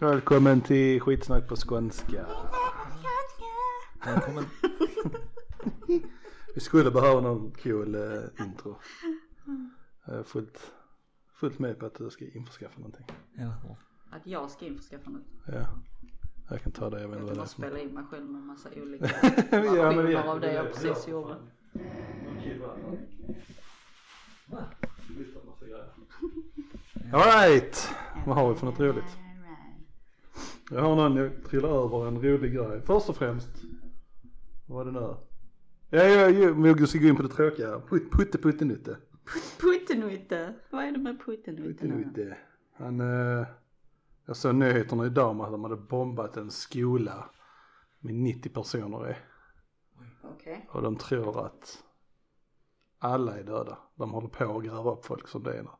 Välkommen till skitsnack på skånska. Välkommen. Vi skulle behöva någon cool eh, intro. Jag är fullt, fullt med på att du ska införskaffa någonting. Eller hur? Att jag ska införskaffa något. Ja. Jag kan ta det, jag vet Jag inte kan vad det bara är som... spela in mig själv med massa olika Ja, men versioner ja, av ja, det jag precis ja. gjorde. Alright! Vad har vi för något roligt? Jag har någon, jag trillar över en rolig grej. Först och främst, vad är det nu? Ja, ja, ja, men jag ska gå in på det tråkiga här. Put- Putte Puttenutte. Puttenutte! Vad är det med puttenutte nu? Puttenutte. Han, eh, jag såg nyheterna idag om att de hade bombat en skola med 90 personer i. Okej. Och de tror att alla är döda. De håller på att gräva upp folk som det är nu. Mm.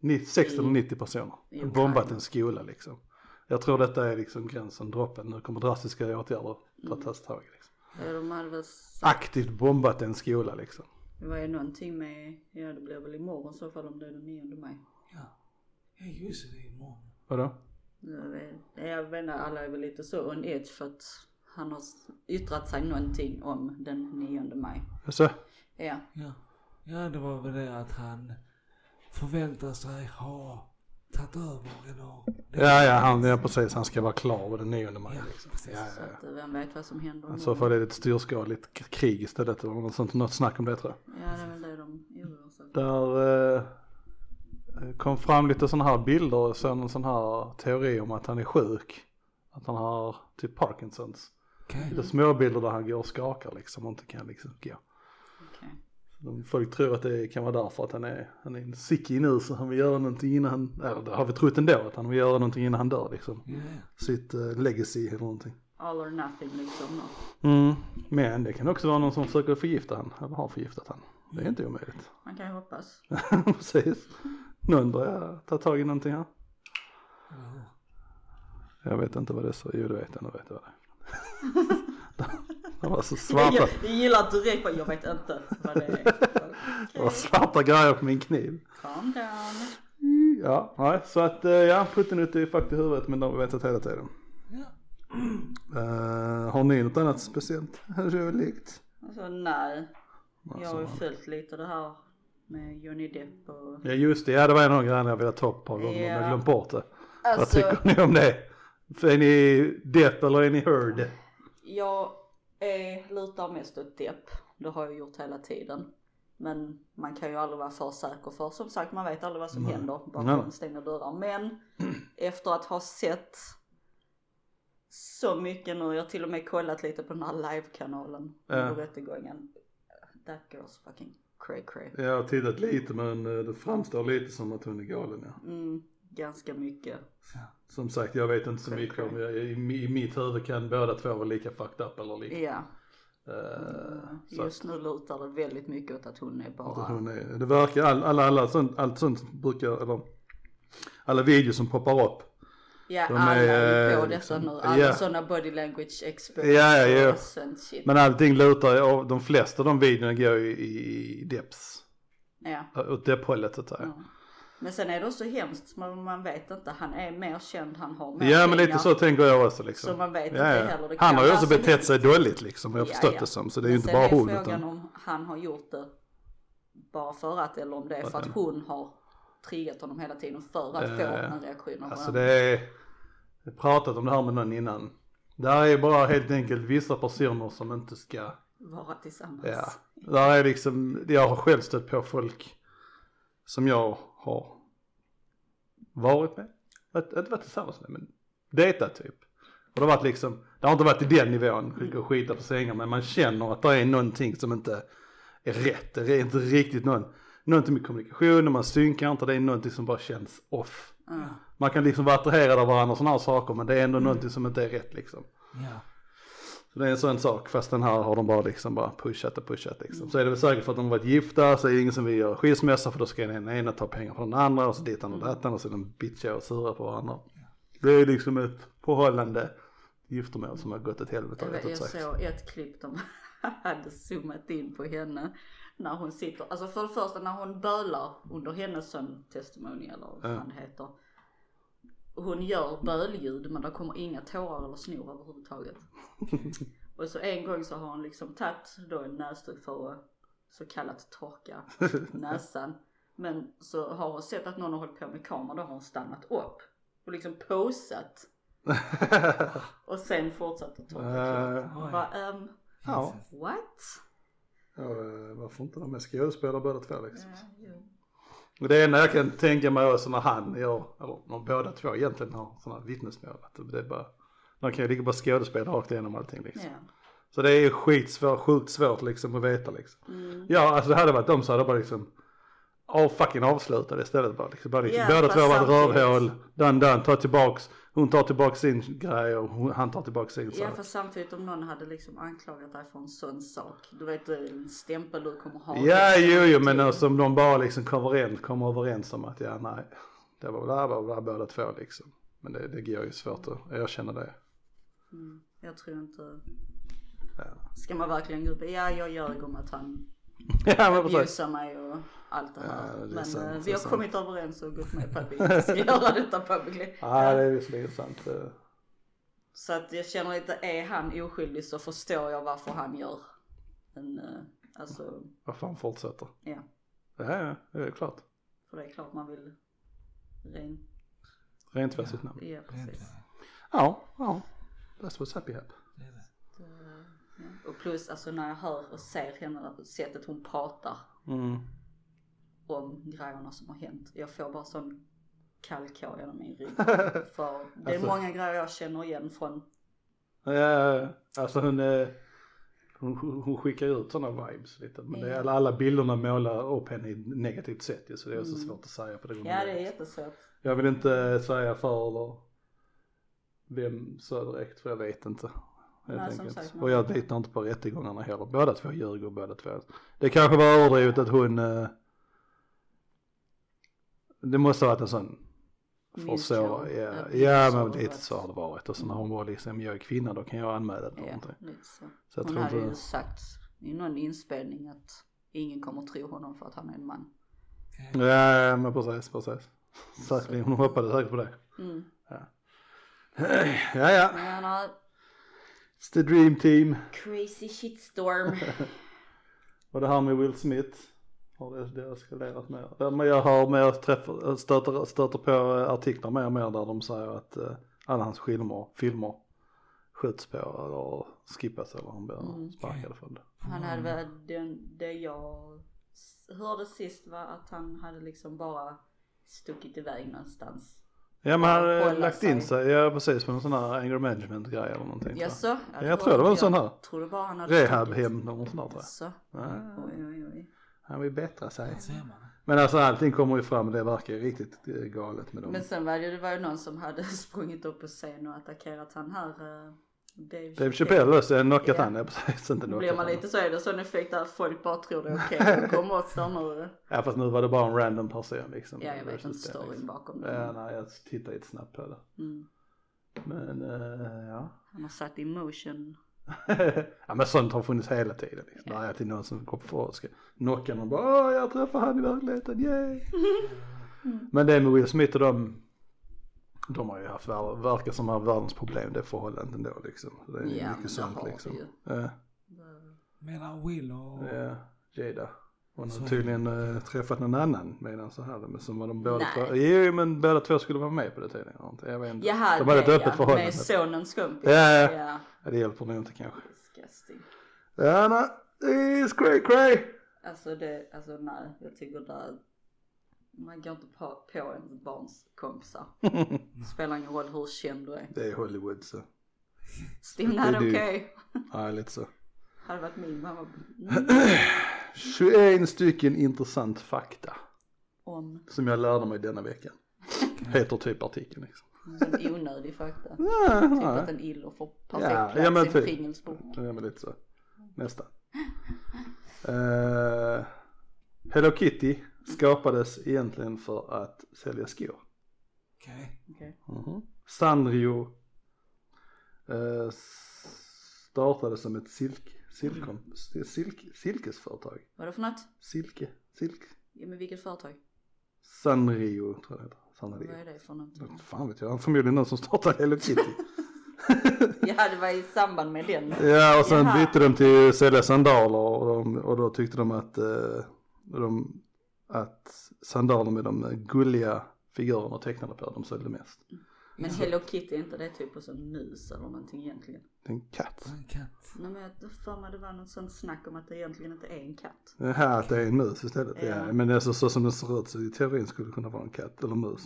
Ni- 60 eller 90 personer. I Ukraina. Bombat en skola liksom. Jag tror detta är liksom gränsen, droppen. Nu kommer drastiska åtgärder för Mm. att tas tag i. Liksom. Okay. De hade väl sagt, Aktivt bombat en skola liksom. det var ju någonting med, ja det blir väl imorgon i så fall om det är den 9 maj. Ja just det, det är imorgon. Vadå? Jag vet- Jag menar alla är väl lite så on edge för att han har s- yttrat sig någonting om den 9 maj. Jaså? Ja. Ja. ja, det var väl det att han förväntar sig ha tagit över eller... Ja, ja, han, ja precis. Han ska vara klar den 9 maj Ja, liksom. precis. Ja, Så ja, Alltså, att eh, vem vet vad som händer ja. I om så fall är det ett styrskadligt k- krig istället. Det var något sånt, något snack om det tror jag. Ja det är väl det de oroar sig för. Där eh, kom fram lite sådana här bilder och sen en sån här teori om att han är sjuk. Att han har typ Parkinsons. Okej. Lite småbilder där han går och skakar liksom och inte kan liksom gå. Okej. De- Folk tror att det kan vara därför att han är, han är en sickie nu så han vill göra någonting innan han, eller det har vi trott ändå att han vill göra någonting innan han dör liksom. Ja, ja. Sitt eh, legacy eller någonting. All or nothing liksom. då. Mm. Men det kan också vara någon som försöker förgifta han, eller har förgiftat han. Det är inte omöjligt. Man kan ju hoppas. Precis. Någon börjar ta tag i någonting här. Eller hur? Jag vet inte vad det är så, jo det vet jag, nu vet jag vad det är. Det var så svarta, Jag, jag gillar att du direkt bara, jag vet inte vad det är. det var svarta grejer på min kniv. Calm down. Ja, nej, så att eh, ja, puttinutte är fucked i huvudet men de har vetat hela tiden. Ja. Eh, har ni något annat speciellt roligt? Alltså nej, jag har ju Alltså, följt lite det här med Johnny Depp och... ja just det, ja det var en av grejerna jag ville ta upp ett par gånger men jag Ja. har glömt bort det. Vad Alltså, tycker ni om det? För är ni depp eller är ni heard? jag eh, lutar mest åt Depp. Det har jag gjort hela tiden. Men man kan ju aldrig vara för säker för som sagt man vet aldrig vad som Nej. händer Nej. bakom stängda dörrar. Men efter att ha sett så mycket nu, jag har till och med kollat lite på den här live-kanalen under Ja. rättegången. That girl's fucking cray cray. Jag har tittat lite men eh, det framstår lite som att hon är galen ja. Mm, ganska mycket. Som sagt, jag vet inte så Cray, mycket cray. om, jag, i, i mitt huvud kan båda två vara lika fucked up eller lika. Ja, Eh, så att, just nu lutar det väldigt mycket åt att hon är bara... att hon är, det verkar, all, alla, alla sånt, allt sånt brukar, eller alla videos som poppar upp. Ja, de alla är är, ju på liksom, detta nu. Alla ja. sådana body language experts Ja, ja, ja. och sånt shit. Men allting lutar, ju- och de flesta av de videorna går ju i, i depps, ja. åt depphållet så att säga. Ja. Men sen är det också hemskt, man, man vet inte, han är mer känd, han har mer Ja men pengar. lite så tänker jag också liksom. Mm. Så man vet inte ja, ja. heller, det Han kan har ju vara också som betett sig dåligt liksom, jag har Ja, förstått ja. det som. Så det är ju Men inte sen bara är hon frågan utan. om han har gjort det bara för att eller om det är för att hon har triggat honom hela tiden för att få Eh, en reaktion av Alltså honom. det är, jag har pratat om det här med någon innan. Det här är bara helt enkelt vissa personer som inte ska, Vara tillsammans. ja. Det här är liksom, jag har själv stött på folk som jag har varit med, att, inte varit tillsammans med men dejtat typ. Och det har varit liksom, det har inte varit i den nivån, skicka och skita på sängar men man känner att det är någonting som inte är rätt, det är inte riktigt någon, någonting med kommunikationen, man synkar inte, det är någonting som bara känns off. Mm. Man kan liksom vara attraherad av varandra och sådana här saker men det är ändå någonting som inte är rätt liksom. Ja. Så det är en sån sak fast den här har de bara liksom bara pushat och pushat liksom. Så är det väl säkert för att de har varit gifta så är det ingen som vill göra skilsmässa för då ska den ena ta pengar från den andra och så dittan Mm. och dattan och så är de bitchiga och sura på varandra. Det är liksom ett förhållande giftermål som har gått åt helvete Jag, vet- rätt ut jag sagt. såg ett klipp de hade zoomat in på henne när hon sitter, alltså för det första när hon bölar under hennes sån testimony eller vad Ja. han heter. hon gör bölljud men det kommer inga tårar eller snor överhuvudtaget. och så en gång så har hon liksom tagit då en näsduk för att så kallat torka näsan. Men så har hon sett att någon har hållit på med kameran, då har hon stannat upp och liksom posat och sen fortsatt att torka klart. Eh, Oj. Bara, ehm, Ja. Jesus. what? ja, eh, varför inte de är skådespelare båda två liksom. Eh, jo. Och Det enda jag kan tänka mig också när han gör, eller när båda två egentligen har sådana vittnesmål, att det är bara, de kan ju ligga bara skådespela rakt igenom allting liksom. Ja. Så det är ju skitsvårt, sjukt svårt liksom att veta liksom. Mm. Ja, alltså det hade varit de så hade jag bara liksom av fucking avslutade istället bara. Liksom, bara liksom, Ja, båda fast två var ett samtidigt. rövhål, dan dan, ta tillbaks, hon tar tillbaks sin grej och hon, han tar tillbaks sin så. Ja för samtidigt om någon hade liksom anklagat dig för en sån sak. Du vet det är en stämpel du kommer ha. Ja, jo, jo, men alltså, om de bara liksom kommer överens, kommer överens om att ja, nej, det var väl där, där båda två liksom. Men det, det går ju svårt att erkänna det. Mm, jag tror inte. eh, Ja. Ska man verkligen gå upp? Ja jag ljög om att han Ja, men precis. bjussade mig och allt det här. Ja, det är men sant, eh, det vi är har sant. kommit överens och gått med på att vi inte ska göra detta publicly. Ja, det är visserligen sant. eh. Så att jag känner lite, är han oskyldig så förstår jag varför han gör en, eh, alltså Vad fan fortsätter? ja. Ja, ja, det är klart. För det är klart man vill ren, Rentväsigt namn. ja precis. Ja, ja. That's what's happy happy. Det är det. Ja. Och plus alltså när jag hör och ser henne, sättet hon pratar Mm. om grejerna som har hänt. Jag får bara sån kallkår genom min rygg. För det är Alltså- många grejer jag känner igen från, Ja, alltså hon, eh, hon, hon skickar ju ut sådana vibes lite. Men det är, alla- alla bilderna målar upp henne i ett negativt sätt ju, så det är så svårt att säga på det Mm. ja det är jättesvårt. Jag vill inte eh, säga för eller vem så direkt för jag vet inte. Helt Nej, som enkelt. sagt, man- och jag litar inte på rättegångarna heller. Båda två ljuger och båda två. Det kanske var överdrivet att hon eh, det måste ha varit en sån Mjuk försåra. kår. Ja, Ja, ja precis. men lite så har det varit. Och så när hon var liksom jag är kvinna då kan jag anmäla det eller Ja, någonting. lite så. Så jag hon tror hade inte ju sagt i någon inspelning att ingen kommer tro honom för att han är en man. Ja, ja, men precis, precis. Säkert, hon hoppade säkert på det. Mm. Ja, ja. Men han It's the dream team. crazy shitstorm. Och det här med Will Smith har det, det har eskalerat mer. Ja, Men jag har mer träffar, stöter, stöter på eh, artiklar mer och mer där de säger att eh, alla hans filmer, filmer skjuts på eller skippas eller han blir Mm. sparkad från det. Han hade väl, den, det jag s- hörde sist var att han hade liksom bara stuckit iväg någonstans. Ja men han Hålla hade lagt in sig. sig, ja precis på någon sån här anger management grej eller någonting. tror jag. Jaså? Ja, jag tror det var en sån här. Jag tror det bara han hade Rehabhem eller något sånt där tror jag. Jaså? Ja, Oj, oj, oj. han vill bättra sig. Ser man det? Men alltså allting kommer ju fram, det verkar ju riktigt eh, galet med dem. Men sen var det, det var ju någon som hade sprungit upp på scen och attackerat han här eh, Dave, Dave Chappelle också, jag har knockat Ja. han, ja precis. Inte knockat Blir man han. lite så är det sån effekt där folk bara tror det är okej att komma upp där nu. Ja fast nu var det bara en random person liksom. Ja jag Det var vet inte just det, storyn liksom. bakom Ja, det. nej jag tittade inte snabbt på det. Mm. Men eh, ja. Han har satt emotion. ja men sånt har funnits hela tiden. Liksom. Det är alltid någon som kommer för och ska knocka någon och bara åh jag träffar han i verkligheten, yay! Mm. men det med Will Smith och de, de har ju haft, vär- verkar som har världens problem det förhållandet ändå liksom. Det är Ja, men det mycket sånt har det liksom. ju. Ja, Menar Will och... ja, Jada. Hon har tydligen eh, träffat någon annan medan så här, men som var de båda Nej. två, jo men båda två skulle vara med på det tydligen. Jag vet inte. Jaha, de hade ett det, öppet ja, förhållande. Med sonens kompis. Ja, ja. ja. Ja, det hjälper nog inte kanske. Disgusting. Ja, nej. It's cray cray. Alltså det, alltså nej, jag tycker där man går inte på, på ens barns kompisar. Spelar ingen roll hur känd du är. Det är Hollywood så. Still not Det är du. okay. Ja, lite så. Hade varit min mamma mm, 21 stycken intressant fakta om som jag lärde mig denna veckan. Heter typ artikeln liksom. en onödig fakta. Ja, Typ ja. att en iller får perfekt Ja, plats ja, men i en typ. Pringles-bok. ja men lite så. Nästa. Eh, Hello Kitty skapades egentligen för att sälja skor. Okej. Okej. Mhm. Sanrio eh, startade som ett silk, silkon, silk, silkesföretag. Vad är det för något? Silke, silk. Ja, men vilket företag? Sanrio tror jag det heter. Fan är Vad det? är det för någonting? Fan vet jag, han är förmodligen någon som startade Hello Kitty. Ja det var i samband med den. Ja och sen Jaha. bytte de till att sälja sandaler och, de, och då tyckte de att, eh, de att sandaler med de gulliga figurerna tecknade på de sålde mest. Men Hello Kitty är inte det typ på sån mus eller någonting egentligen? Det är en katt. En katt. Nej men jag har för mig det var något sånt snack om att det egentligen inte är en katt. Jaha, att det är en mus istället. Ja. Ja. men alltså, så som den ser ut så i teorin skulle det kunna vara en katt eller mus.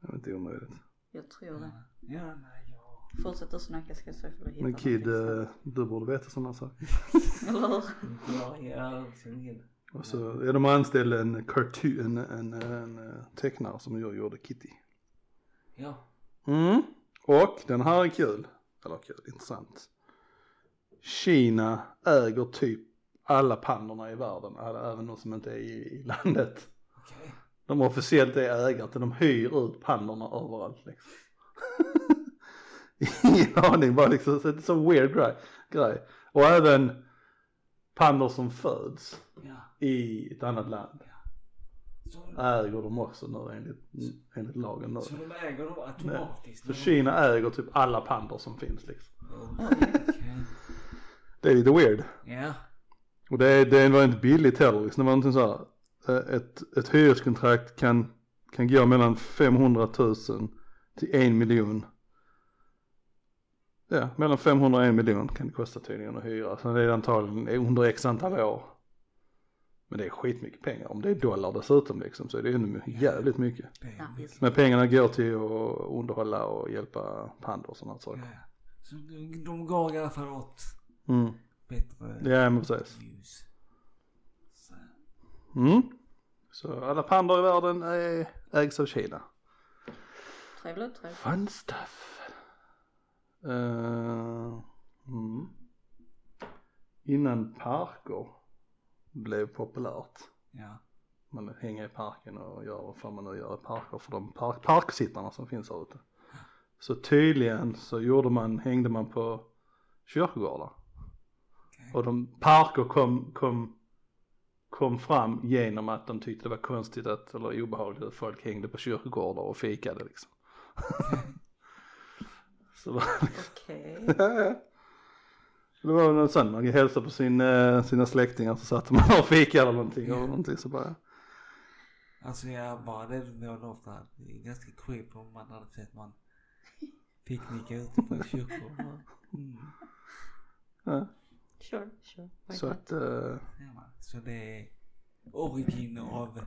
Det är inte omöjligt. Jag tror det. Ja, nej, ja. Fortsätt att snacka ska jag se om jag hittar Men Kid, någonting eh, du borde veta sådana saker. sen. Eller hur? Ja, ja, sen igen. Och så ja, de anställde en, cartoon, en, en, en eh, tecknare som jag gjorde Kitty. Ja. Mm. Och den här är kul. Eller kul, intressant. Kina äger typ alla pandorna i världen, alla- även de som inte är i, i landet. Okej. De officiellt är ägare till de hyr ut pandorna överallt liksom. Ingen aning, bara liksom, så det är så weird grej- grej. Och även pandor som föds Ja. i ett annat land Så, äger de också nu enligt, enligt lagen då. så de äger dem automatiskt? Så Kina äger typ alla pandor som finns liksom. Okej. Det är lite weird. Ja. Och det, det var inte billigt heller liksom. Det var inte så här, eh, ett, ett hyreskontrakt kan, kan gå mellan 500 000 till en miljon. Ja, mellan 500 och en miljon kan det kosta tydligen att hyra. Så det är antagligen under x antal år. Men det är skitmycket pengar. Om det är dollar dessutom liksom så är det ännu my- jävligt mycket. Det är Ja, mycket. visst. Men pengarna går till att underhålla och hjälpa pandor och sådana saker. Ja. Så de- de går i alla fall åt Mm. bättre Ja men precis. ljus. Så, Mm. Så alla pandor i världen är, ägs av Kina. Trevligt, trevligt. Fun stuff. Eh, mm. Innan parker blev populärt. ja. Man hänger i parken och gör vad fan man nu gör i parker för de park, parksittarna som finns här ute. Så tydligen så gjorde man, hängde man på kyrkogårdar. Okej. Och de parker kom, kom, kom fram genom att de tyckte det var konstigt att, eller obehagligt att folk hängde på kyrkogårdar och fikade liksom. så var Okej. det var någon sån, man hälsade på sin, eh, sina släktingar så satt man och fikade eller någonting och någonting så bara Alltså jag bara det någon ofta. att Det är ganska creepy om man hade sett någon picknicka ute på kyrkor. Mm. ja. Sure, sure. Why Så not? att eh, Ja, va. Så det är origin av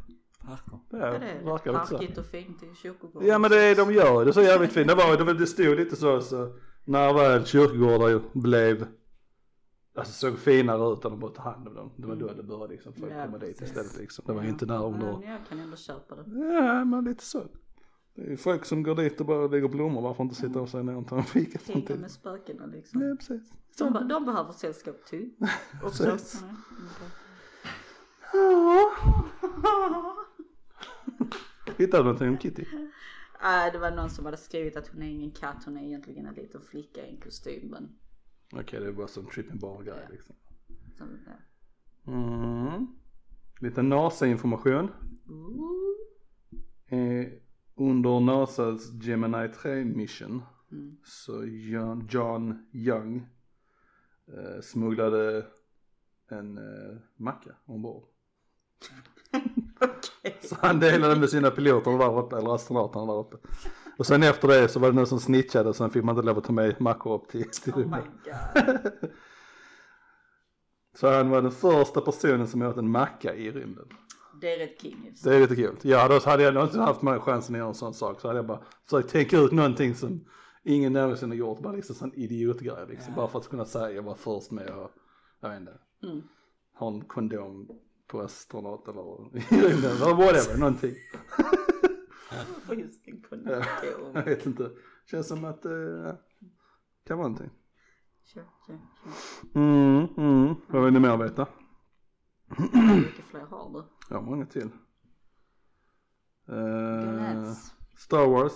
parker. Ja, Ja, det det är verkar lite så. parkigt och fint i kyrkogården. Ja men det är, de gör det så jävligt fint. Det, var, det, var- det stod lite så, så när väl kyrkogårdar blev, alltså såg finare ut när de bara tog hand om dem. Det var då det började liksom, folk Mm. Ja, komma dit precis. istället liksom. Det var Ja. ju inte där Mm. Men under, jag kan ändå köpa det. ja men lite så. Det är ju folk som går dit och bara lägger blommor, varför inte sitta och säga ner och ta en fika Hänga samtidigt? med spökena liksom. Ja precis. De, be- de behöver sällskap till. Också. Precis. Nej, inte. Ja. Hittade du någonting om Kitty? Nej, Ah, det var någon som hade skrivit att hon är ingen katt, hon är egentligen en liten flicka i en kostym. Men Okej det var som tripping bar grej liksom. som, ja. Mm. Lite NASA-information. Ooh. Eh, under NASAs Gemini 3 mission Mm. så John, John Young eh, smugglade en eh, macka ombord. Så han delade med sina piloter där uppe, eller astronauterna där uppe. Och sen efter det så var det någon som snitchade sen fick man inte lov att ta med mackor upp till, till Oh my rymden. god. Så han var den första personen som åt en macka i rymden. Det är rätt king. i och för sig. Det är lite kul. Ja, då hade jag någonsin haft med chansen att göra en sån sak så hade jag bara försökt tänka ut någonting som ingen någonsin har gjort. Bara liksom sån idiotgrej liksom. Bara för att kunna säga jag var först med att, jag vet inte, Mm. ha en kondom på astronaut eller i rymden eller whatever, någonting. Jag får just tänka på Ja, jag Nacka vet inte. Känns som att eh, det kan vara någonting. Mm, mm. Vad vill ni mer veta? Vilka fler har du? Jag har många till. Eh, Donuts. Star Wars.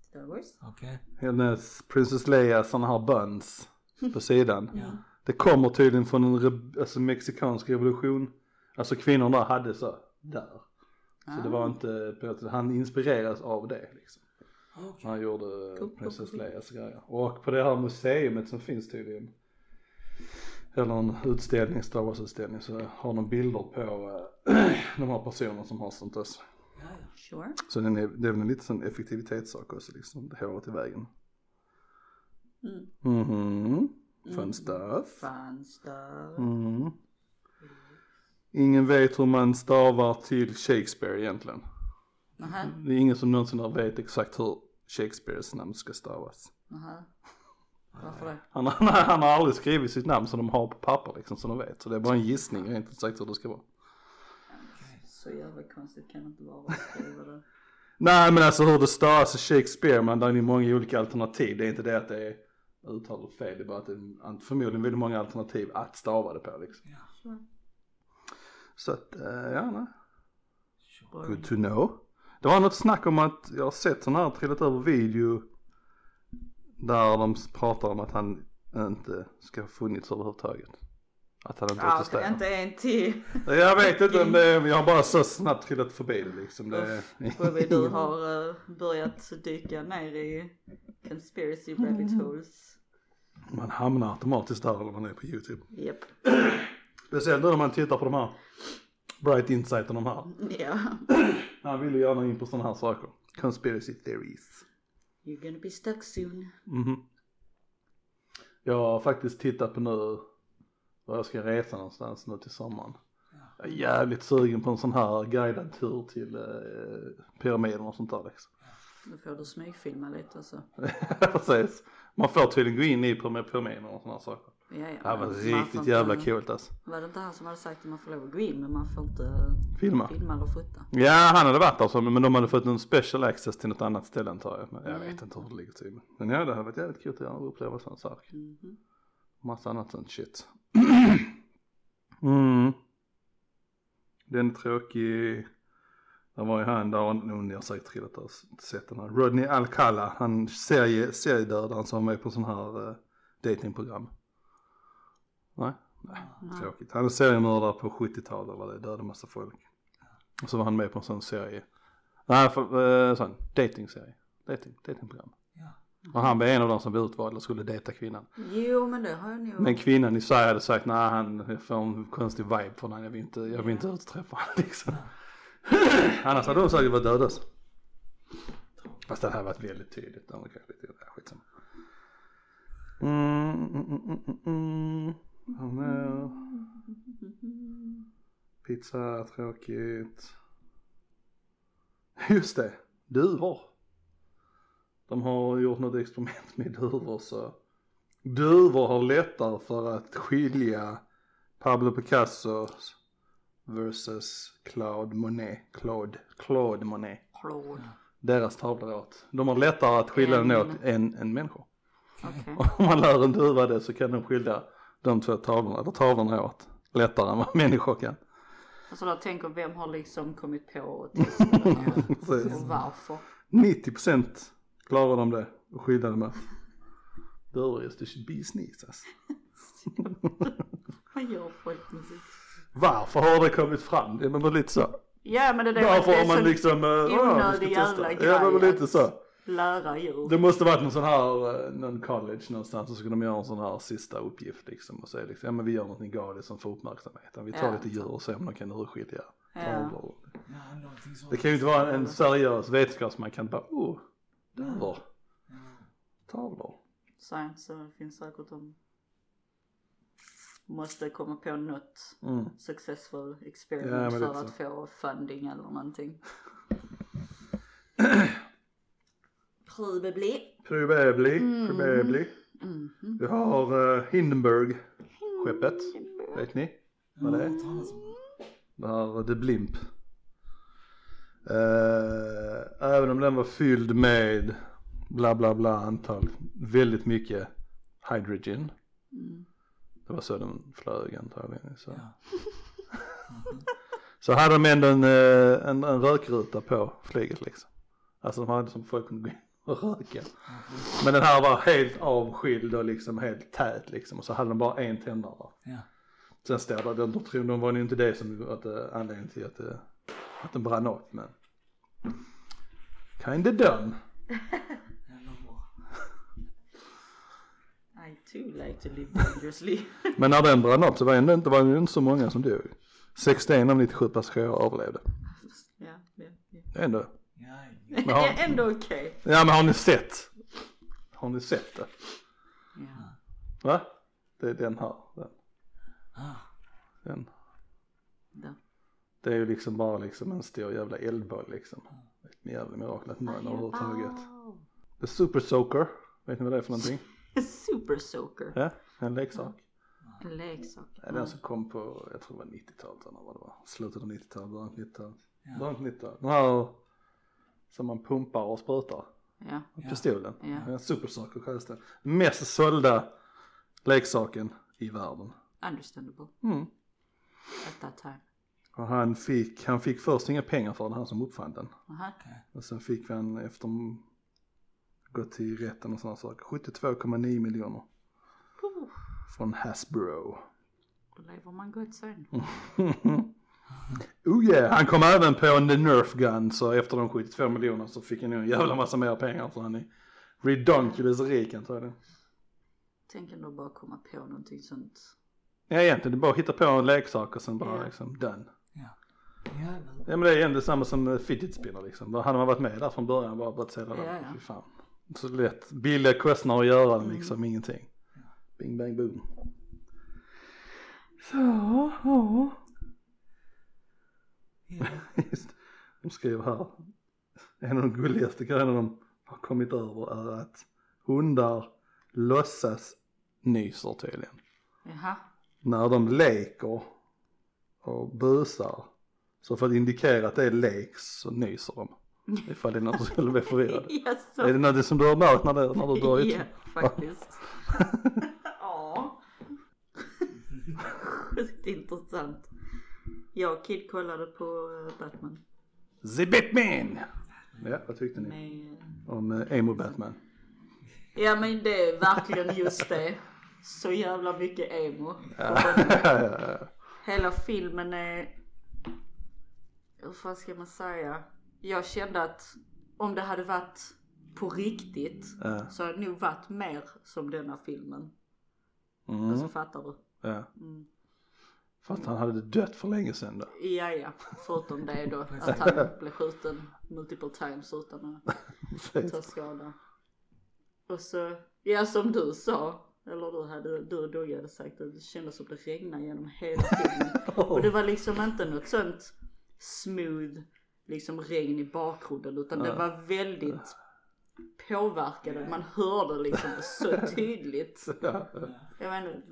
Star Wars? Okej. hennes Princess Leia sådana här buns på sidan. Ja. Det kommer tydligen från en re- alltså, mexikansk revolution. Alltså kvinnor där hade så där. Så det Ah. var inte, på- han inspireras av det liksom. Okej. Han gjorde Cool, Princess cool, cool. Leias grejer. Och på det här museumet som finns tydligen. Eller en utställning, Star Wars utställning. Så har de bilder på eh, de här personerna som har sånt där. Ja, ja. Sure. Så den är, det är väl en liten sån effektivitetssak också liksom. Det håret i vägen. Mm. Mhm. Mm. Fun stuff. Fun stuff. Mm. Ingen vet hur man stavar till Shakespeare egentligen. Nähä, Det är ingen som någonsin har vet exakt hur Shakespeares namn ska stavas. nähä. Varför det? Han, han, han har aldrig skrivit sitt namn som de har på papper liksom som de vet. Så det är bara en gissning rent ut sagt hur det ska vara. Så jävla konstigt kan det inte vara att skriva det. Nej men alltså hur det stavas i Shakespeare men det är ju många olika alternativ. Det är inte det att det är uttalet fel. Det är bara att det är förmodligen väldigt många alternativ att stava det på liksom. Ja, Sure. Så att eh, ja nej. sure. Good to know. Det var något snack om att jag har sett sån här trillat över video där de pratar om att han inte ska ha funnits överhuvudtaget. Att han inte Ja, existerar. ah, inte en till. Jag vet inte om det är, jag har bara så snabbt trillat förbi det liksom. Det, Bobby, du har eh, börjat dyka ner i conspiracy rabbit Mm. holes. man hamnar automatiskt där när man är på YouTube. Japp. Speciellt nu när man tittar på de här Bright Insight och de här. Ja. Han vill ju gärna in på sådana här saker. Conspiracy theories. You're gonna be stuck soon. Mhm. Jag har faktiskt tittat på nu var jag ska resa någonstans nu till sommaren. Jag är jävligt sugen på en sån här guidad tur till eh, pyramiderna och sånt där liksom. Då får du smygfilma lite alltså. Precis. Man får tydligen gå in i pyram- pyramiderna och såna här saker. Ja, ja, Det här var men man får riktigt inte- jävla coolt alltså. Var det inte han som hade sagt att man får lov att gå in men man får inte eh, Filma. filma eller fota? Ja han hade varit där så, men de hade fått en special access till något annat ställe antar jag. Men jag vet inte hur det ligger till. Men ja det hade varit jävligt kul att göra och uppleva sån sak. Mhm. Massa annat sånt shit. mm. Den är tråkig. Där var ju han, där har nog ni har säkert trillat och sett den här. Rodney Alcala, han serie, seriedödaren som var med på sån här uh, datingprogram. Nej, nej, Nej. tråkigt. Han är seriemördare på 70-talet var det, dödade massa folk. Och så var han med på en sån serie. Nej, för, uh, sån datingserie. Dating, datingprogram. Ja. Och han var en av de som blev utvald och skulle dejta kvinnan. Jo men det har jag nog. Men kvinnan i Sverige hade sagt nej han jag får en konstig vibe från honom, jag vill inte, jag vill inte ut och träffa honom liksom. Annars hade hon säkert varit död alltså. Fast det här varit väldigt tydligt, de var kanske lite, ja, skitsamma. Mm, mm, mm, mm, mm, mm. Ja, Pizza, tråkigt. Just det, duvor. De har gjort något experiment med duvor så duvor har lättare för att skilja Pablo Picasso versus Claude Monet. Claude, Claude Monet. Claude. Deras tavlor åt. De har lättare att skilja Än- den åt än, än människor. Okej. Om man lär en duva det så kan de skilja de två tavlorna, eller tavlorna åt lättare än vad människor kan. Alltså då tänker vem har liksom kommit på och testat det här? Precis. och varför? 90% klarar de det och skyddar dem. Duvor is the business alltså. Vad gör folk med sitt? Varför har det kommit fram? Det är väl lite så. Ja men det där Varför det har man sån liksom... eh, ja, vi ska onödig testa. jävla Ja, det var grej lite att- så. lära djur. Det måste varit någon sån här, eh, någon college någonstans och så skulle de göra en sån här sista uppgift liksom och säga liksom, ja men vi gör någonting galet som får uppmärksamheten. Vi tar Ja. lite djur och ser om de kan urskilja Ja. Mm. tavlor. Ja, någonting sånt. Det kan ju inte vara en, en seriös vetenskap som man kan bara, oh, duvor, Mm. tavlor. Science så det finns säkert de måste komma på något Mm. successful Ja, experiment men lite för att få funding eller någonting. Probably. Probably, Mm. probably. Mhm. Vi har eh, Hindenburg, skeppet, vet ni vad det är? Ja, talas om. Det här The Blimp. Eh, även om den var fylld med bla bla bla antal, väldigt mycket hydrogen. Mm. Det var så den flög antagligen. Så, Ja. så hade de ändå en, eh, en, en rökruta på flyget liksom. Alltså de hade som folk kunde gå in och röka. Men den här var helt avskild och liksom helt tät liksom. Och så hade de bara en tändare där. Ja. Sen står det, de tror de var nog inte det som var att, eh, anledningen till att det att den brann upp men. Kinda done. Jävla bra. I too like to live dangerously. Men när den brann upp så var det ändå inte, var det inte så många som dog. 61 av 97 passagerare överlevde. ja, ja, ja. Det är ändå. Ja, ja. Det Ja. är ändå okej. Ja men har ni sett? Har ni sett det? Ja. Va? Det är den här. Den. Ah, den. Där. Det är ju liksom bara liksom en stor jävla eldboll liksom. Ett jävla mirakel att någon överhuvudtaget. Wow. The Super Soaker. Vet ni vad det är för någonting? Super soaker. Ja, en leksak. En leksak. Det är alltså- den som kom på, jag tror det var 90-talet eller vad det var. Slutet av 90-talet, början av 90-talet. ja. Början av 90-talet. Den här som man pumpar och sprutar. Ja. Ja. Pistolen. Ja. Ja. Supersaker kallas den. Mest sålda leksaken i världen. Understandable. Mm. At that time. Och han fick, han fick först inga pengar för den, han som uppfann den. Aha. Och sen fick han efter gått till rätten och sådana saker 72,9 miljoner Oh, från Hasbro. Då lever man gott sen. Mm. oh yeah, han kom även på en Nerf gun så efter de 72 miljonerna så fick han ju en jävla massa mer pengar så han är redonkulous rik antagligen. Tänk ändå bara komma på någonting sånt. Ja egentligen, det är bara att hitta på en leksak och sen bara Ja. liksom done. Ja. Ja, men- Ja men det är igen detsamma som eh, fidget spinner liksom. Bara Hade man varit med där från början bara börjat sälja Ja, det. ja. Fy fan. Så lätt. Billiga kostnader att göra den liksom, Mm. ingenting. Bing bang boom. Så, ja. ja. Just, de skriver här, en av de gulligaste grejerna de har kommit över är att hundar låtsas nyser tydligen. Jaha. När de leker och busar, så för att indikera att det är lek så nyser de. Ifall det är någon som skulle bli förvirrad. Yes, Är det något som du har märkt när, det, när du drar ut? Ja, faktiskt. ja. Sjukt intressant. Jag och Kid kollade på eh, Batman. The Batman! Ja, vad tyckte ni Med... om eh, Emo Batman? Ja men det är verkligen just det. Så jävla mycket emo. Hela filmen är... Hur fan ska man säga? Jag kände att om det hade varit på riktigt Ja. så hade det nog varit mer som denna filmen. Mm, Alltså fattar du? ja. Mm. Fast han hade dött för länge sedan då. Ja, ja. Förutom det då att han blev skjuten multiple times utan att ta skada. Och så, ja som du sa, eller du hade, du och Dogge hade sagt att det kändes som det regnade genom hela filmen. Och det var liksom inte något sånt smooth liksom regn i bakgrunden utan det var väldigt påverkade, man hörde liksom det så tydligt. Ja. Jag vet inte,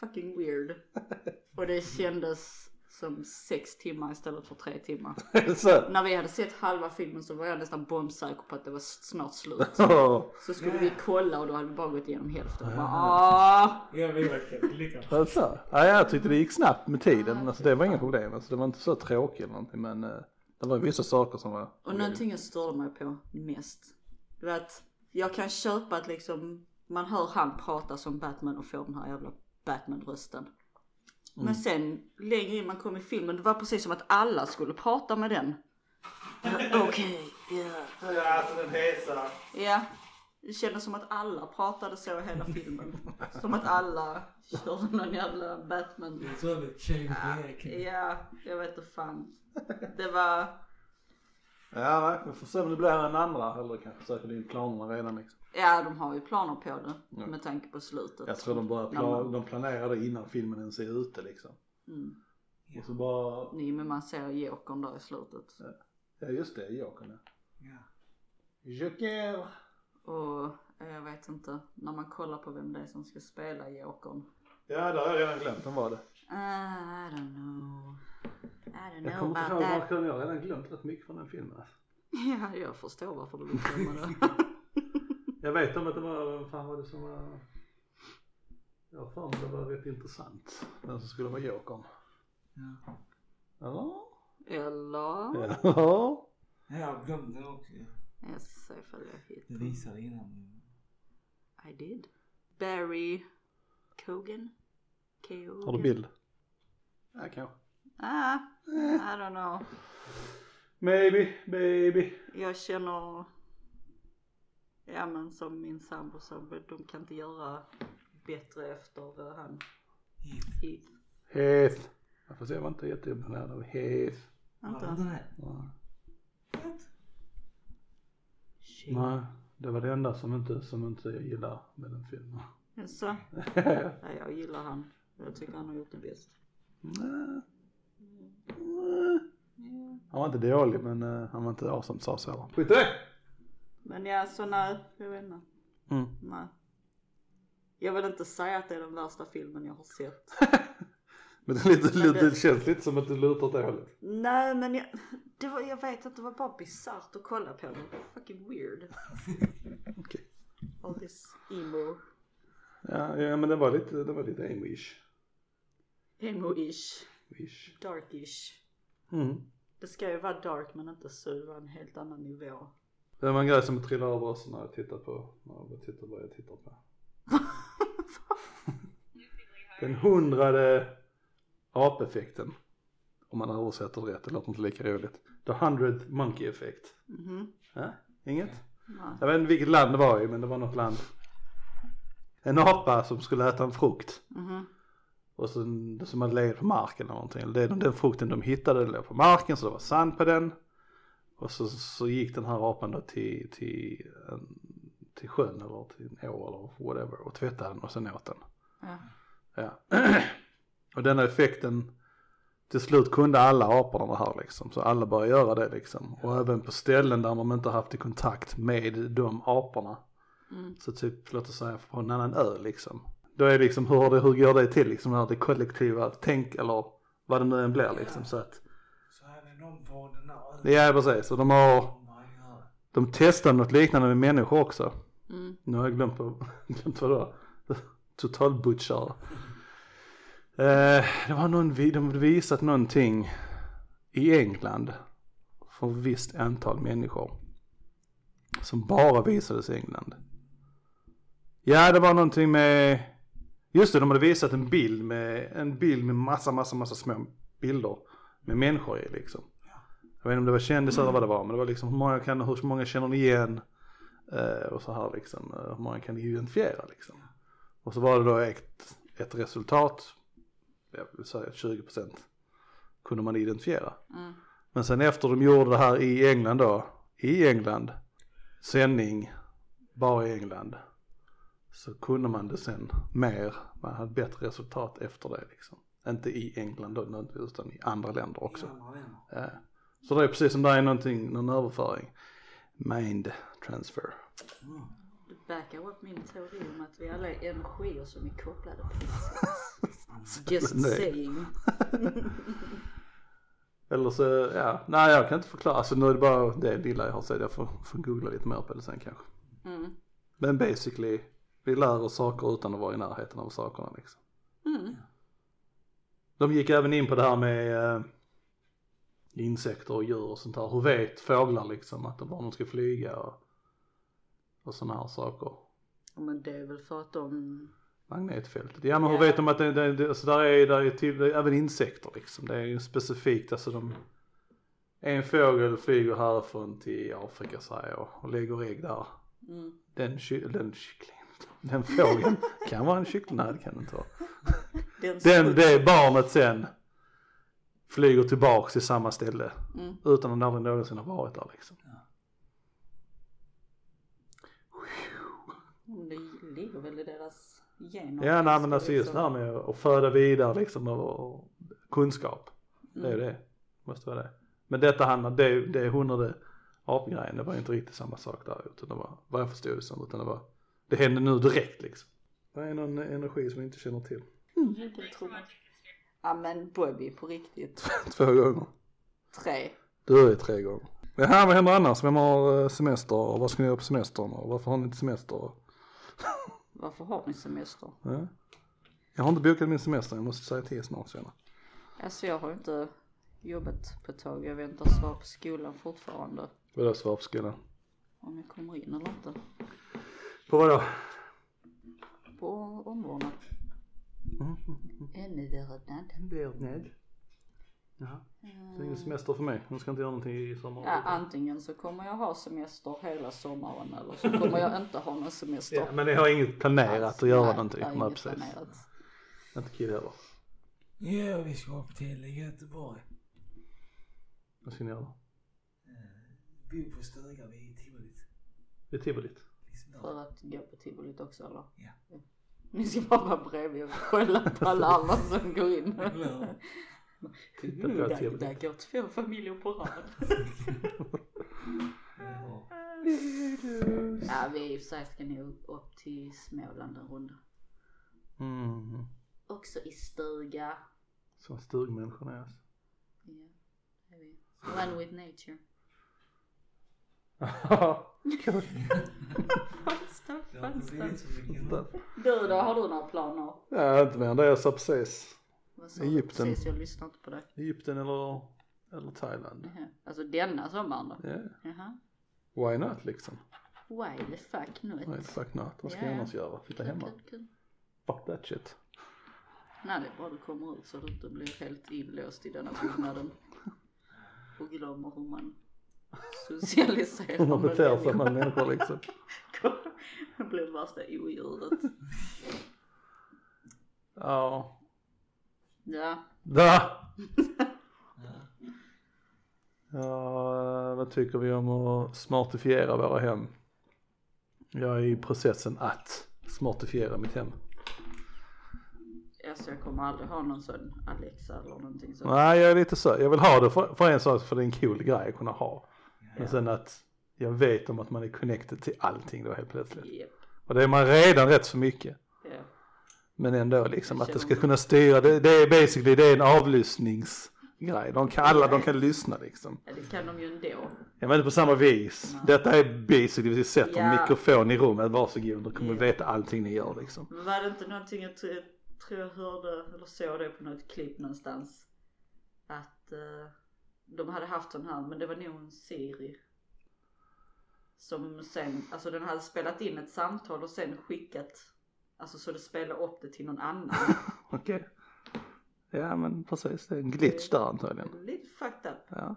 fucking weird. Och det kändes som sex timmar istället för tre timmar. Så. När vi hade sett halva filmen så var jag nästan bombsäker på att det var snart slut. Åh, Så skulle vi kolla och då hade vi bara gått igenom hälften. Och Bara, "Ah." Ja, vi verkar likadant. alltså. Ja, jag tyckte det gick snabbt med tiden. Alltså, det var inga problem. Alltså, det var inte så tråkigt eller någonting. Men eh, det var vissa saker som var... och någonting jag störde mig på mest. Det var att jag kan köpa att liksom man hör han prata som Batman och får den här jävla Batman rösten. Men sen längre in man kom i filmen det var precis som att alla skulle prata med den. Okej, ja. Ja, det kändes som att alla pratade så i hela filmen. som att alla körde någon jävla Batman. Jag tror det change reaction. Ja, jag vet inte fan. Det var, Ja, nej. Vi får se om det blir en andra. Eller kanske säkert in planerna redan liksom. ja de har ju planer på det med tanke på slutet. Jag tror de började plan- de planerade innan filmen ens är ute liksom. Mm. Och så bara... Nej men man ser jokern där i slutet. Ja just det, Jokern ja. Ja. Joker! Och eh, jag vet inte, när man kollar på vem det är som ska spela jokern. Ja, det har jag redan glömt. Den var det. Uh, I don't know. I don't Jag know kommer inte about ihåg that. varför jag har redan glömt rätt mycket från den filmen. alltså. Ja, jag förstår varför du vill glömma det. Jag vet om att det var, vem fan var det som var... Jag har för mig det var rätt intressant. Den som skulle vara jokern. Ja. Ja. Eller? Ja. Ja, jag glömde också. Jag ska se ifall jag hittar. Du visade innan. I did. Barry Kogan? Kogan? Har du bild? Ja kanske. Ah, I don't know. Maybe, baby. Jag känner, ja men som min sambo sa, de kan inte göra bättre efter eh, han Heath. Heath. Heath. Jag får se, jag var inte jätteimponerad av Heath. Var det Inte? inte det? Ja. What? Shit. Nej, det var det enda som inte, som inte jag gillar med den filmen. Så, ja, jag gillar han. Jag tycker han har gjort det bäst. Nej. Nej. Han var inte dålig men eh, han var inte awesome sa så heller. Skit i det! Men ja, så nej, jag vet inte. Mm. Nej. Jag vill inte säga att det är den värsta filmen jag har sett. Men det, är lite, Men det- lite, det känns lite som att du lutar åt det hållet. Nej men jag, det var, jag vet att det var bara bisarrt att kolla på den. Fucking weird. Okej. All this emo. Ja, ja men det var lite, det var lite amish. Emo-ish. Wish. Dark-ish. Mm. Det ska ju vara dark men inte så det var en helt annan nivå. Det var en grej som trillade över oss när jag tittade på, när jag tittade vad jag tittar på. Den hundrade apeffekten. Om man översätter det rätt, det låter inte lika roligt. The hundredth monkey effect. Mhm. Ja, inget? Nej. Jag vet inte vilket land det var i men det var något land. En apa som skulle äta en frukt. Mhm. Och så, som hade legat på marken eller någonting. Det, den frukten de hittade låg på marken så det var sand på den. Och så, så gick den här apan då till, till, en, till sjön eller till en å eller whatever och tvättade den och sen åt den. Ja. Ja. och denna effekten, till slut kunde alla aporna det här liksom. Så alla började göra det liksom. Och även på ställen där man inte haft i kontakt med de aporna. Mm. Så typ, låt oss säga på en annan ö liksom. Då är det liksom, hur, har det, hur går det till liksom, när det kollektiva tänk eller vad det nu än blir liksom. Så att, Så är det någon på den här ölen. ja precis. Och de har, Oh my god. de testar något liknande med människor också. Mm. Nu har jag glömt, på, glömt vad det var. Totalbutchare. Eh, det var någon, vi- de hade visat någonting i England för ett visst antal människor. Som bara visades i England. Ja, det var någonting med, just det, de hade visat en bild med, en bild med massa, massa, massa små bilder med människor i liksom. Jag vet inte om det var kändisar eller vad det var, men det var liksom hur många, kan, hur många känner ni igen? Eh, och så här liksom, eh, hur många kan ni identifiera liksom? Och så var det då ett, ett resultat, jag vill säga 20% kunde man identifiera. Mm. Men sen efter de gjorde det här i England då, i England, sändning, bara i England, så kunde man det sen mer, man hade bättre resultat efter det liksom. Inte i England då nödvändigtvis, utan i andra länder också. Jävlar, vänner. Ja. Så det är precis som det är någonting, någon överföring. Mind transfer. Mm. Du backar upp min teori om att vi alla är energier som är kopplade på Just Nej. saying. Eller så, ja, nej jag kan inte förklara. Alltså nu är det bara det lilla jag har sett. Jag får, får googla lite mer på det sen kanske. Mm. Men basically, vi lär oss saker utan att vara i närheten av sakerna liksom. Mm. De gick även in på det här med eh, insekter och djur och sånt där. Hur vet fåglar liksom att de, var de ska flyga och, och sådana här saker. Ja, Men det är väl för att de Magnetfältet. Ja men hur Ja. vet de att det, det, det alltså där är, där är till, det är även insekter liksom. Det är ju specifikt alltså de en fågel flyger härifrån till Afrika säger jag och lägger ägg där. mm. Den, ky, den kycklingen, den fågeln kan vara en kyckling, nej det kan det inte vara. Den, det barnet sen flyger tillbaks till samma ställe Mm. utan att aldrig någonsin ha varit där liksom. Mm, Det ligger väl i deras gener. liksom- Ja nej men alltså just det här med att föda vidare liksom och, och kunskap. Det är ju Mm. det. Måste vara det. Men detta handlar, det, det hundrade apgrejen, det var ju inte riktigt samma sak där utan det var, vad jag förstod det som, utan det var, det hände nu direkt liksom. Det är någon energi som vi inte känner till. Vilken trumma. Mm, Ja men Bobby på riktigt. Två gånger. Tre. Du är tre gånger. Det här, vad händer annars? Vem har eh, semester och vad ska ni göra på semestern och varför har ni inte semester? Varför har ni semester? Ja. Jag har inte bokat min semester, jag måste säga till snart senare. Alltså jag har inte jobbat på ett tag. Jag väntar svar på skolan fortfarande. Vadå svar på skolan? Om jag kommer in eller inte. På vadå? På omvårdnad. Mm. En vördnad. Vördnad. Jaha. Så ingen semester för mig. Hon ska inte göra någonting i sommar. Ja, antingen så kommer jag ha semester hela sommaren eller så kommer jag inte ha någon semester. Ja, men ni har inget planerat att göra någonting. Nej, Nej, inget precis. planerat. Inte kid heller. Ja, vi ska upp till Göteborg. Vad ska ni göra? Eh, Bo på stugan vid tivolit. Det är tivolit. För att gå på tivolit också eller? Ja. Ni ska bara vara bredvid och skälla på alla andra som går in. Ja. på Mm, där, tivolit. där går två familjer på rad. Ja vi i och för sig ska nog upp till Småland en runda. Mm. Också i stuga. Som stugmänniskan är alltså. Ja, det är vi. One with nature. Cool. Fönster, fönster. Där. Du då, har du några planer? Ja, inte mer än det jag sa precis. Vad sa du? Egypten. Precis, jag lyssnar inte på dig. Egypten eller, eller Thailand. Jaha. Alltså denna sommaren då? Yeah. Jaha. Why not liksom? Why the fuck not? Nej, fuck not. Vad ska Ja, jag ja. annars göra? Sitta Kul, hemma? kul, kul. Fuck that shit. Nej det är bra du kommer ut så du inte blir helt inlåst i denna byggnaden. Och glömmer hur man socialiserar Man med beter sig människor. med människor liksom. Det blir värsta odjuret. Ja. Ja, Där! Ja, vad tycker vi om att smartifiera våra hem? Jag är i processen att smartifiera mitt hem. alltså jag kommer aldrig ha någon sån Alexa eller någonting sånt. Nej, jag är lite så. Jag vill ha det för, för en sak, för det är en cool grej att kunna ha. Men sen att jag vet om att man är connected till allting då helt plötsligt. Japp. Och det är man redan rätt så mycket. Ja. Men ändå liksom Jag att det ska känner- kunna styra. Det, det är basically, det är en avlyssningsgrej. De kan, alla de kan lyssna liksom. Ja, det kan de ju ändå. Jag menar inte på samma vis. Detta är basically, vi sätter en Ja. mikrofon i rummet, varsågod och kommer Ja. veta allting ni gör liksom. Men var det inte någonting jag tror, jag tror jag hörde eller såg det på något klipp någonstans? Att eh, de hade haft sån här, men det var nog en Siri. Som sen, alltså den hade spelat in ett samtal och sen skickat, alltså så det spelade upp det till någon annan. Okej. Ja men precis, det är en glitch där antagligen. Lite fucked up. Ja.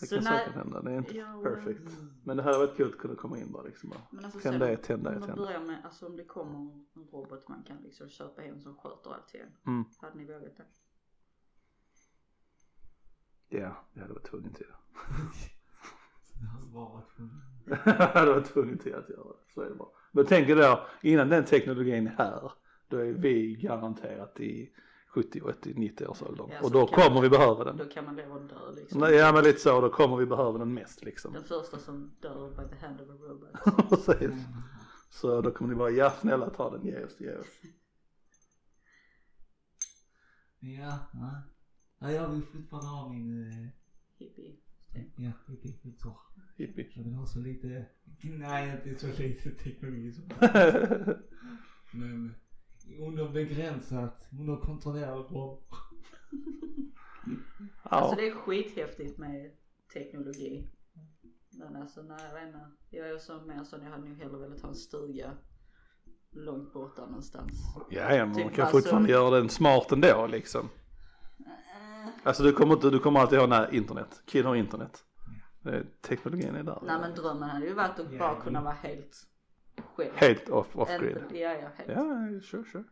Det Så kan när- säkert hända, det är inte Ja, perfect. Men det här var ett kul att kunna komma in bara liksom bara. Men alltså Tänd sen, det, tänd det, om man tänd det. börjar med, alltså om det kommer en robot man kan liksom köpa hem som sköter allt igen. Mm. Hade ni vågat det? Ja, jag hade varit tvungen till det. Ja. jag hade varit tvungen till att göra det, så är det bara. Men tänk er då, innan den teknologin är här, då är vi garanterat i 70, 80, 90 års åldern. Ja, och så då kan- kommer vi behöva den. Då kan man leva och dö liksom. Nej, Ja men lite så, då kommer vi behöva den mest liksom. Den första som dör by the hand of a robot. Precis. Mm. Så då kommer ni bara, ja snälla ta den, ge oss, ge oss. ja. ja, jag vill fortfarande ha min... eh, Hippie. Ja, lite kultur. Hippie. Jag vill ha så lite... Nej, inte så lite teknologi som Men eh, under begränsat, under kontrollerad form. Alltså ja, det är skithäftigt med teknologi. Men alltså nej jag vet inte. Jag är så mer sån, jag hade nog hellre velat ha en stuga långt borta någonstans. ja, ja men Typ man kan alltså- fortfarande göra den smart ändå liksom. Alltså du kommer, inte, du kommer alltid ha, nej, internet. Kid har internet. Eh, Teknologin är där. Nej men drömmen hade ju varit att bara kunna vara helt själv. Helt off, off En- grid. Ja, ja, helt. Ja, sure, sure.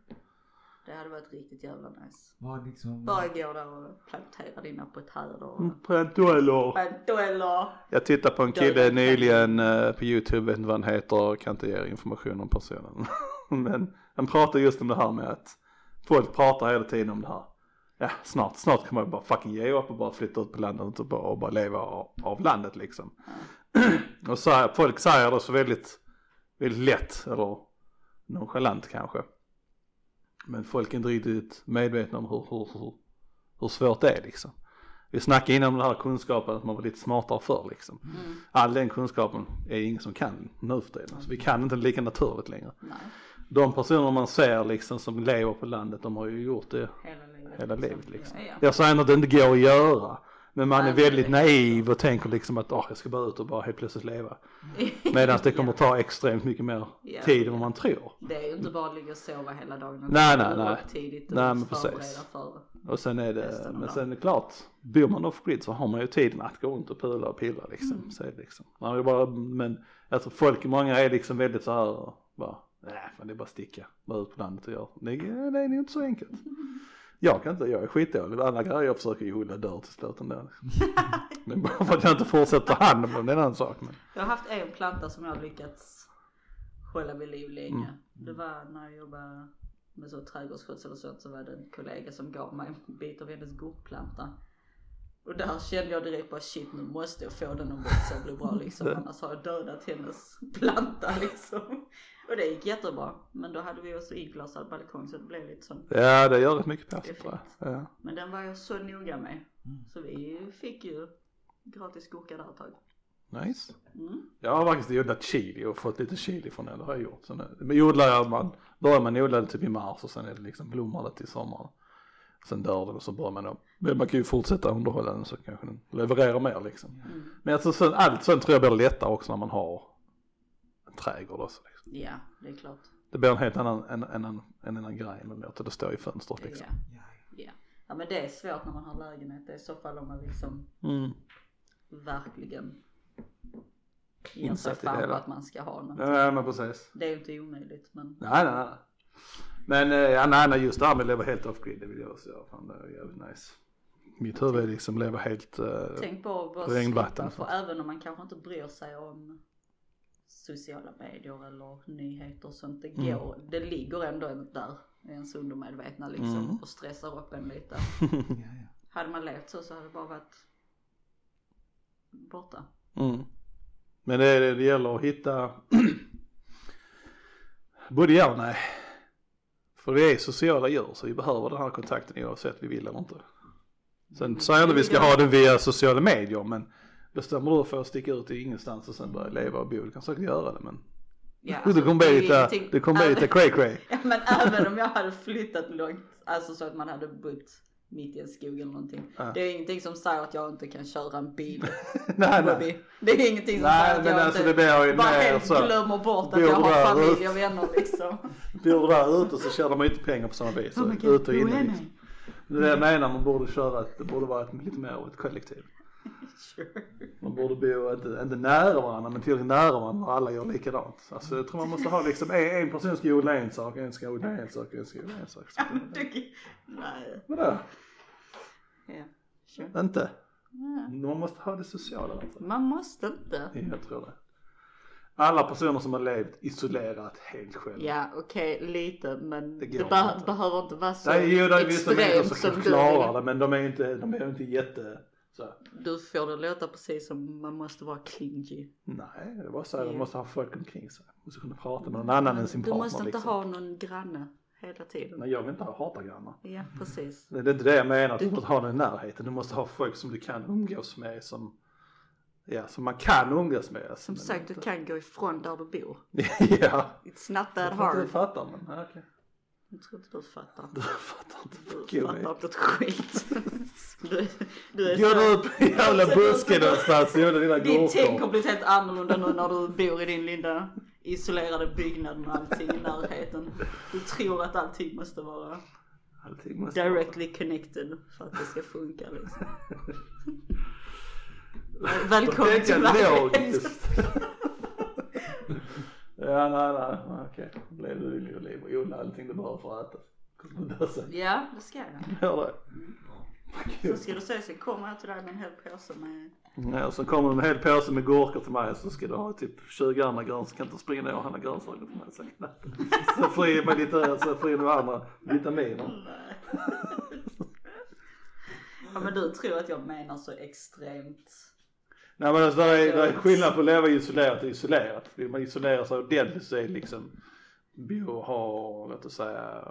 Det hade varit riktigt jävla nice. Var liksom... Bara gå där och plantera dina potärer och Mm. Prentuello. Pantuello. Jag tittade på en kille nyligen eh, på YouTube, vet inte vad han heter, kan inte ge information om personen. Men han pratar just om det här med att folk pratar hela tiden om det här. Ja, snart, snart kommer jag bara fucking ge upp och bara flytta ut på landet och bara, och bara leva av, av landet liksom. Och så här, folk säger det så väldigt, väldigt lätt eller nonchalant kanske. Men folk är inte riktigt medvetna om hur, hur, hur, hur svårt det är liksom. Vi snackade innan om den här kunskapen att man var lite smartare förr liksom. Mm, All den kunskapen är ingen som kan nu för tiden. Alltså, vi kan inte lika naturligt längre. Nej, De personer man ser liksom som lever på landet de har ju gjort det hela livet. hela livet liksom. Ja, ja. Jag säger inte att det inte går att göra. Men man är Nej, men väldigt det är- naiv och tänker liksom att "Åh, jag ska bara ut och bara helt plötsligt leva. Medan det kommer ta extremt mycket mer Ja. tid än vad man tror. Det är ju inte bara att ligga och sova hela dagen. utan Nej, det är nej, ju nej. upp Tidigt och Nej, men förbereda precis. för. Och sen är det, Resten av men dagen. sen är det klart, bor man off grid så har man ju tiden att gå runt och pula och pilla liksom. Mm. Så är det liksom. Man är bara, men jag tror folk, många är liksom väldigt så här och bara, nej fan det är bara sticka, bara ut på landet och gör. Det, är- det är ju inte så enkelt. Jag kan inte, jag är skitdålig, alla grejer jag försöker ju hålla dörr till slut ändå. Det är bara för att jag inte fortsätter ta hand om dem, det är en annan sak. Men. Jag har haft en planta som jag har lyckats hålla vid liv länge. Mm. Det var när jag jobbade med så trädgårdsskötsel och sånt så var det en kollega som gav mig en bit av hennes gurkplanta. Och där kände jag direkt bara shit nu måste jag få den att växa och bli bra liksom annars har jag dödat hennes planta liksom. Och det gick jättebra. Men då hade vi också inglasad balkong så det blev lite sånt. Ja det gör rätt mycket Det är perser tror jag. Ja. Men den var jag så noga med. Mm. Så vi fick ju gratis gurka där ett tag. Nice. Mm. Jag har faktiskt odlat chili och fått lite chili från det, det har jag gjort. Så nu, men odlar jag, man, börjar man odla det typ i mars och sen är det liksom blommar det till sommaren. Sen dör det och så börjar man om. Men man kan ju fortsätta underhålla den så kanske den levererar mer liksom. Mm. Men alltså, sen, allt sånt tror jag blir lättare också när man har en trädgård också. Liksom. Ja, det är klart. Det blir en helt annan, en, en, en, en annan grej än att låta det stå i fönstret liksom. Ja, Ja, ja. ja men det är svårt när man har lägenhet. Det är i så fall om man liksom Mm. verkligen ger sig Insatt i det fan på hela. att man ska ha någonting. Ja men precis. Det är ju inte omöjligt men Nej, nej, nej. Men eh, ja, nej, nej, just det här med att leva helt off-grid, det vill jag också göra. Fan, det är jävligt nice. Mitt huvud är liksom leva helt... Eh, tänk på att bara Regnvatten slippa och för sånt. även om man kanske inte bryr sig om sociala medier eller nyheter och sånt. Det, Mm. går, det ligger ändå där i ens undermedvetna liksom Mm. och stressar upp en lite. ja, ja. Hade man levt så så hade det bara varit borta. mm. Men det, är det, det gäller att hitta... Både ja och nej. För vi är sociala djur så vi behöver den här kontakten oavsett vi vill eller inte. Mm. Sen säger jag inte vi ska ha den via sociala medier men bestämmer du för att sticka ut i ingenstans och sen börja leva och bo, du kan säkert göra det men... Ja, alltså, det kommer bli är lite, ingenting- det kommer bli lite cray cray. Ja men även om jag hade flyttat långt, alltså så att man hade bott mitt i en skog eller någonting. Ja. Det är ingenting som säger att jag inte kan köra en bil, nej, nej. Bobby. Det är ingenting som Nej, säger att men jag alltså inte det blir ju bara mer helt så. glömmer bort att Bor jag har där familj ute. och vänner liksom. Bor där ute så känner man ju inte pengar på samma vis. Oh my Så God, ute och who inne am I? liksom. Det är det jag menar, man borde köra, ett- det borde vara ett, lite mer av ett kollektiv. Sure. Man borde bo, inte, inte nära varandra, men tillräckligt nära varandra och alla gör likadant. Alltså jag tror man måste ha liksom, en, en person ska odla en sak, en ska odla en sak, en ska odla en sak. Så- Du- Nej. Vadå? Ja, sure. Inte? Nej. Man måste ha det sociala. Alltså. Man måste inte. Jag tror det. Alla personer som har levt isolerat helt själva. Ja okej lite men Det det, går beh- inte. behöver inte vara så Nej, jo, det är vissa människor extremt som, som du klarar vill. det, men de är inte, de är inte jätte, så. här, Du får det låta precis som man måste vara clingy. Nej, det var så här, man Jo. måste ha folk omkring sig. Man måste kunna prata med någon annan än sin Du partner. måste inte liksom. ha någon granne hela tiden. Nej, jag vill inte ha hatagrannar. Ja precis. Det är inte det jag menar, att du Du- måste ha den i närheten. Du måste ha folk som du kan umgås med, som, ja, som man kan umgås med. Som Men sagt du inte- kan gå ifrån där du bor. ja, It's not jag that tror inte hard. du fattar, men nej, okej. Jag tror inte du fattar. Du fattar inte. Du Fuck fattar you. inte ett skit. Du, du är Går du så... ut i en jävla buske någonstans och odlar dina Ditt tänk har gurkor? blivit helt annorlunda nu när du bor i din lilla isolerade byggnad med allting i närheten. Du tror att allting måste vara Allting måste vara- directly connected för att det ska funka liksom. Välkommen Tänka till verkligheten. logiskt. ja, nej, nej, nej, okej. Då blev du din oliv och odla allting du behöver för att äta. Kommer du dö sen? Ja, det ska jag. Gör det. Fuck you. Så ska du se, sen kommer jag till dig med en hel påse med Nej, och så kommer en hel påse med gurkor till mig så ska du ha typ 20 andra grönsaker. Kan inte springa ner och handla grönsaker till mig. Så, så får jag ge mig lite, så får jag in de andra vitaminer. Nej. Ja men du tror att jag menar så extremt. Nej men alltså det är, det är skillnad på att leva isolerat och isolerat. Vill man isolera sig ordentligt så är det liksom bo och ha, låt oss säga,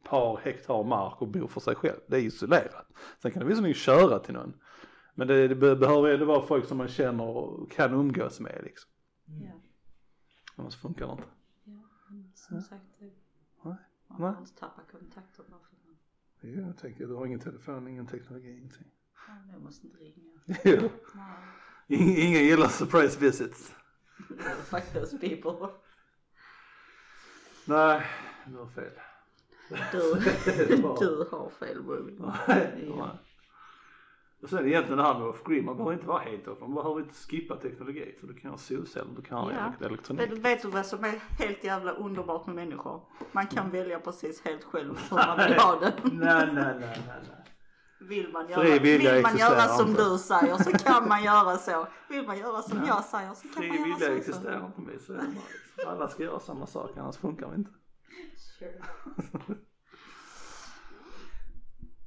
ett par hektar mark och bo för sig själv. Det är isolerat. Sen kan det visserligen köra till någon. Men det, det be- behöver ändå vara folk som man känner och kan umgås med liksom. Ja, Annars funkar det inte. ja men som sagt. det- Nej. Man får Nej. inte tappa kontakter bara för att man. Ja, jag tänker, du har ingen telefon, ingen teknologi, ingenting. Fan, jag måste inte ringa. Jo. Nej. In- Ingen gillar surprise visits. Fuck those people. Nej, du har fel. Du, Det var- du har fel Robin. Nej, nej. Och sen egentligen det här med off-grid, man behöver inte vara helt off, man behöver inte skippa teknologi. För du kan ha solceller, du kan ha Ja. elek- elektronik. Vet, vet du vad som är helt jävla underbart med människor? Man kan välja precis helt själv hur man vill ha det. Nej, nej, nej, nej. nej. Vill man Fri göra, vilja vill man göra existerar som inte. du säger så kan man göra så. Vill man göra som jag säger så kan Fri man vilja göra så. så. existerar inte mig, så är det bara liksom. Alla ska göra samma sak, annars funkar det inte. Sure.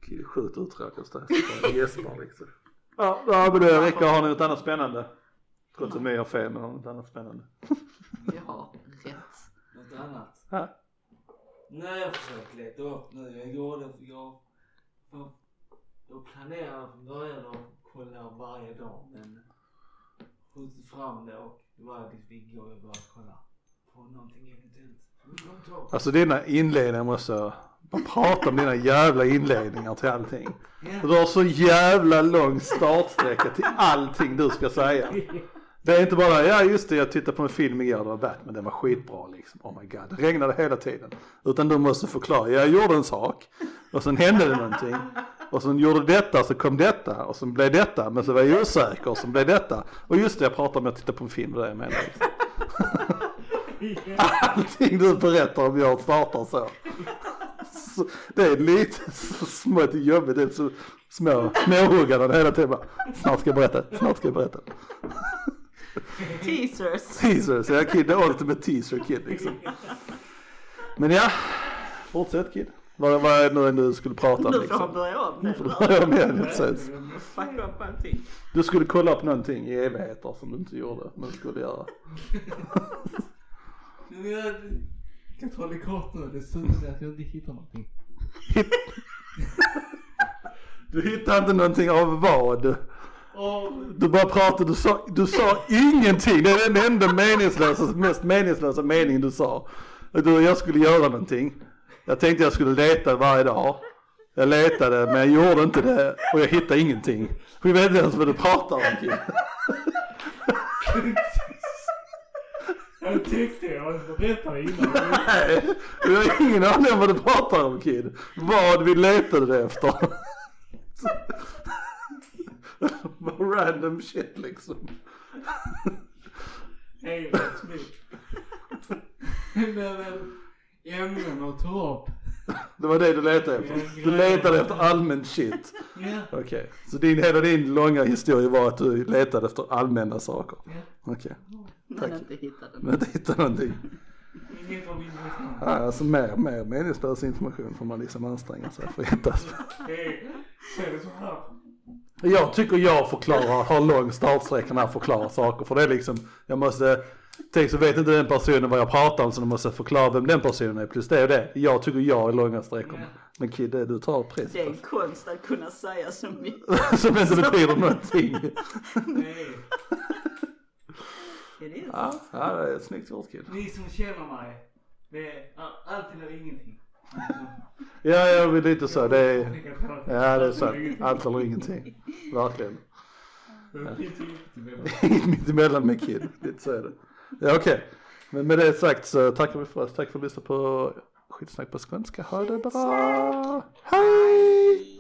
Kid är sjukt uttråkad och stressad, Han gäspar liksom. Ja, ja, men det räcker. Har ni något annat spännande? Trots att mig har fel, men har ni något annat spännande? Vi har rätt. Något annat? Ja. Nej, jag försöker leta upp nu. Jag gjorde, jag, jag, jag planerade från början att kolla varje dag men skjutit fram det och det var liksom igår jag började kolla på någonting eventuellt. Men kom tillbaka. Alltså dina inledningar måste, bara prata om dina jävla inledningar till allting. Och Ja. du har så jävla lång startsträcka till allting du ska säga. Det är inte bara, ja just det jag tittade på en film igår, det var Batman, den var skitbra liksom. Oh my god, det regnade hela tiden. Utan du måste förklara, jag gjorde en sak och sen hände det någonting. Och sen gjorde detta, så kom detta och sen blev detta, men så var jag osäker och sen blev detta. Och just det, jag pratade om att titta på en film, det är det jag menar. Liksom. Allting du berättar om jag startar så. så det är lite så smått jobbigt, det är så små småhugganden hela tiden. Bara, Snart ska jag berätta, snart ska jag berätta. Teasers. Teaser, så jag kid, det är ultimate teaser kid liksom. Men ja, fortsätt kid. Vad, vad är det nu än du skulle prata om Nu får han liksom? börja om Nu får du nu. börja med det, precis. Fuck upp allting. Du skulle kolla upp någonting i evigheter som du inte gjorde, men skulle göra. Men jag kan ta det kort nu. Det är synd att jag inte hittar någonting. Du hittade inte någonting av vad? Och Du bara pratade, du sa, du sa ingenting. Det är den enda meningslösa, mest meningslösa meningen du sa. Att Du, jag skulle göra någonting. Jag tänkte jag skulle leta varje dag. Jag letade men jag gjorde inte det och jag hittade ingenting. För jag vet inte ens vad du pratar om. Kim. jag tyckte jag berättade innan. Nej, jag har ingen aning om vad du pratar om Kid. Vad vi letade efter. Bara Random shit liksom. Hej, smyck. Men eh, ämnen att ta upp. Det var det du letade efter. Du letade efter allmänt shit. Ja, Okej, så din, hela din långa historia var att du letade efter allmänna saker? ja. Okej, Men inte hittade den. men inte hittade någonting. Inget av intressant. Ja, alltså mer, mer meningslös information får man liksom anstränga sig för att hitta. Hej, säg det så här. Jag tycker jag förklarar, har lång startsträcka när jag förklarar saker. För det är liksom, jag måste, tänk så vet inte den personen vad jag pratar om så då måste jag förklara vem den personen är. Plus det och det. Jag tycker jag är långa sträckor. Men Kid, det du tar Det är priset. en konst att kunna säga så mycket. alltså. Som inte betyder någonting. Nej, It is. Ja, ja det är ett snyggt gjort Kid. ni som känner mig. Det är all- allt eller ingenting. Ja, jag vill lite så. Det är... Ja det är sant. sant. Allt eller ingenting. Verkligen. Det finns inget emellan. Inget mittemellan med Kid. Lite så är det. Ja okej. Men med det sagt så tackar vi för oss. Tack för att du lyssnade på skitsnack på skånska. Ha det bra. Hej!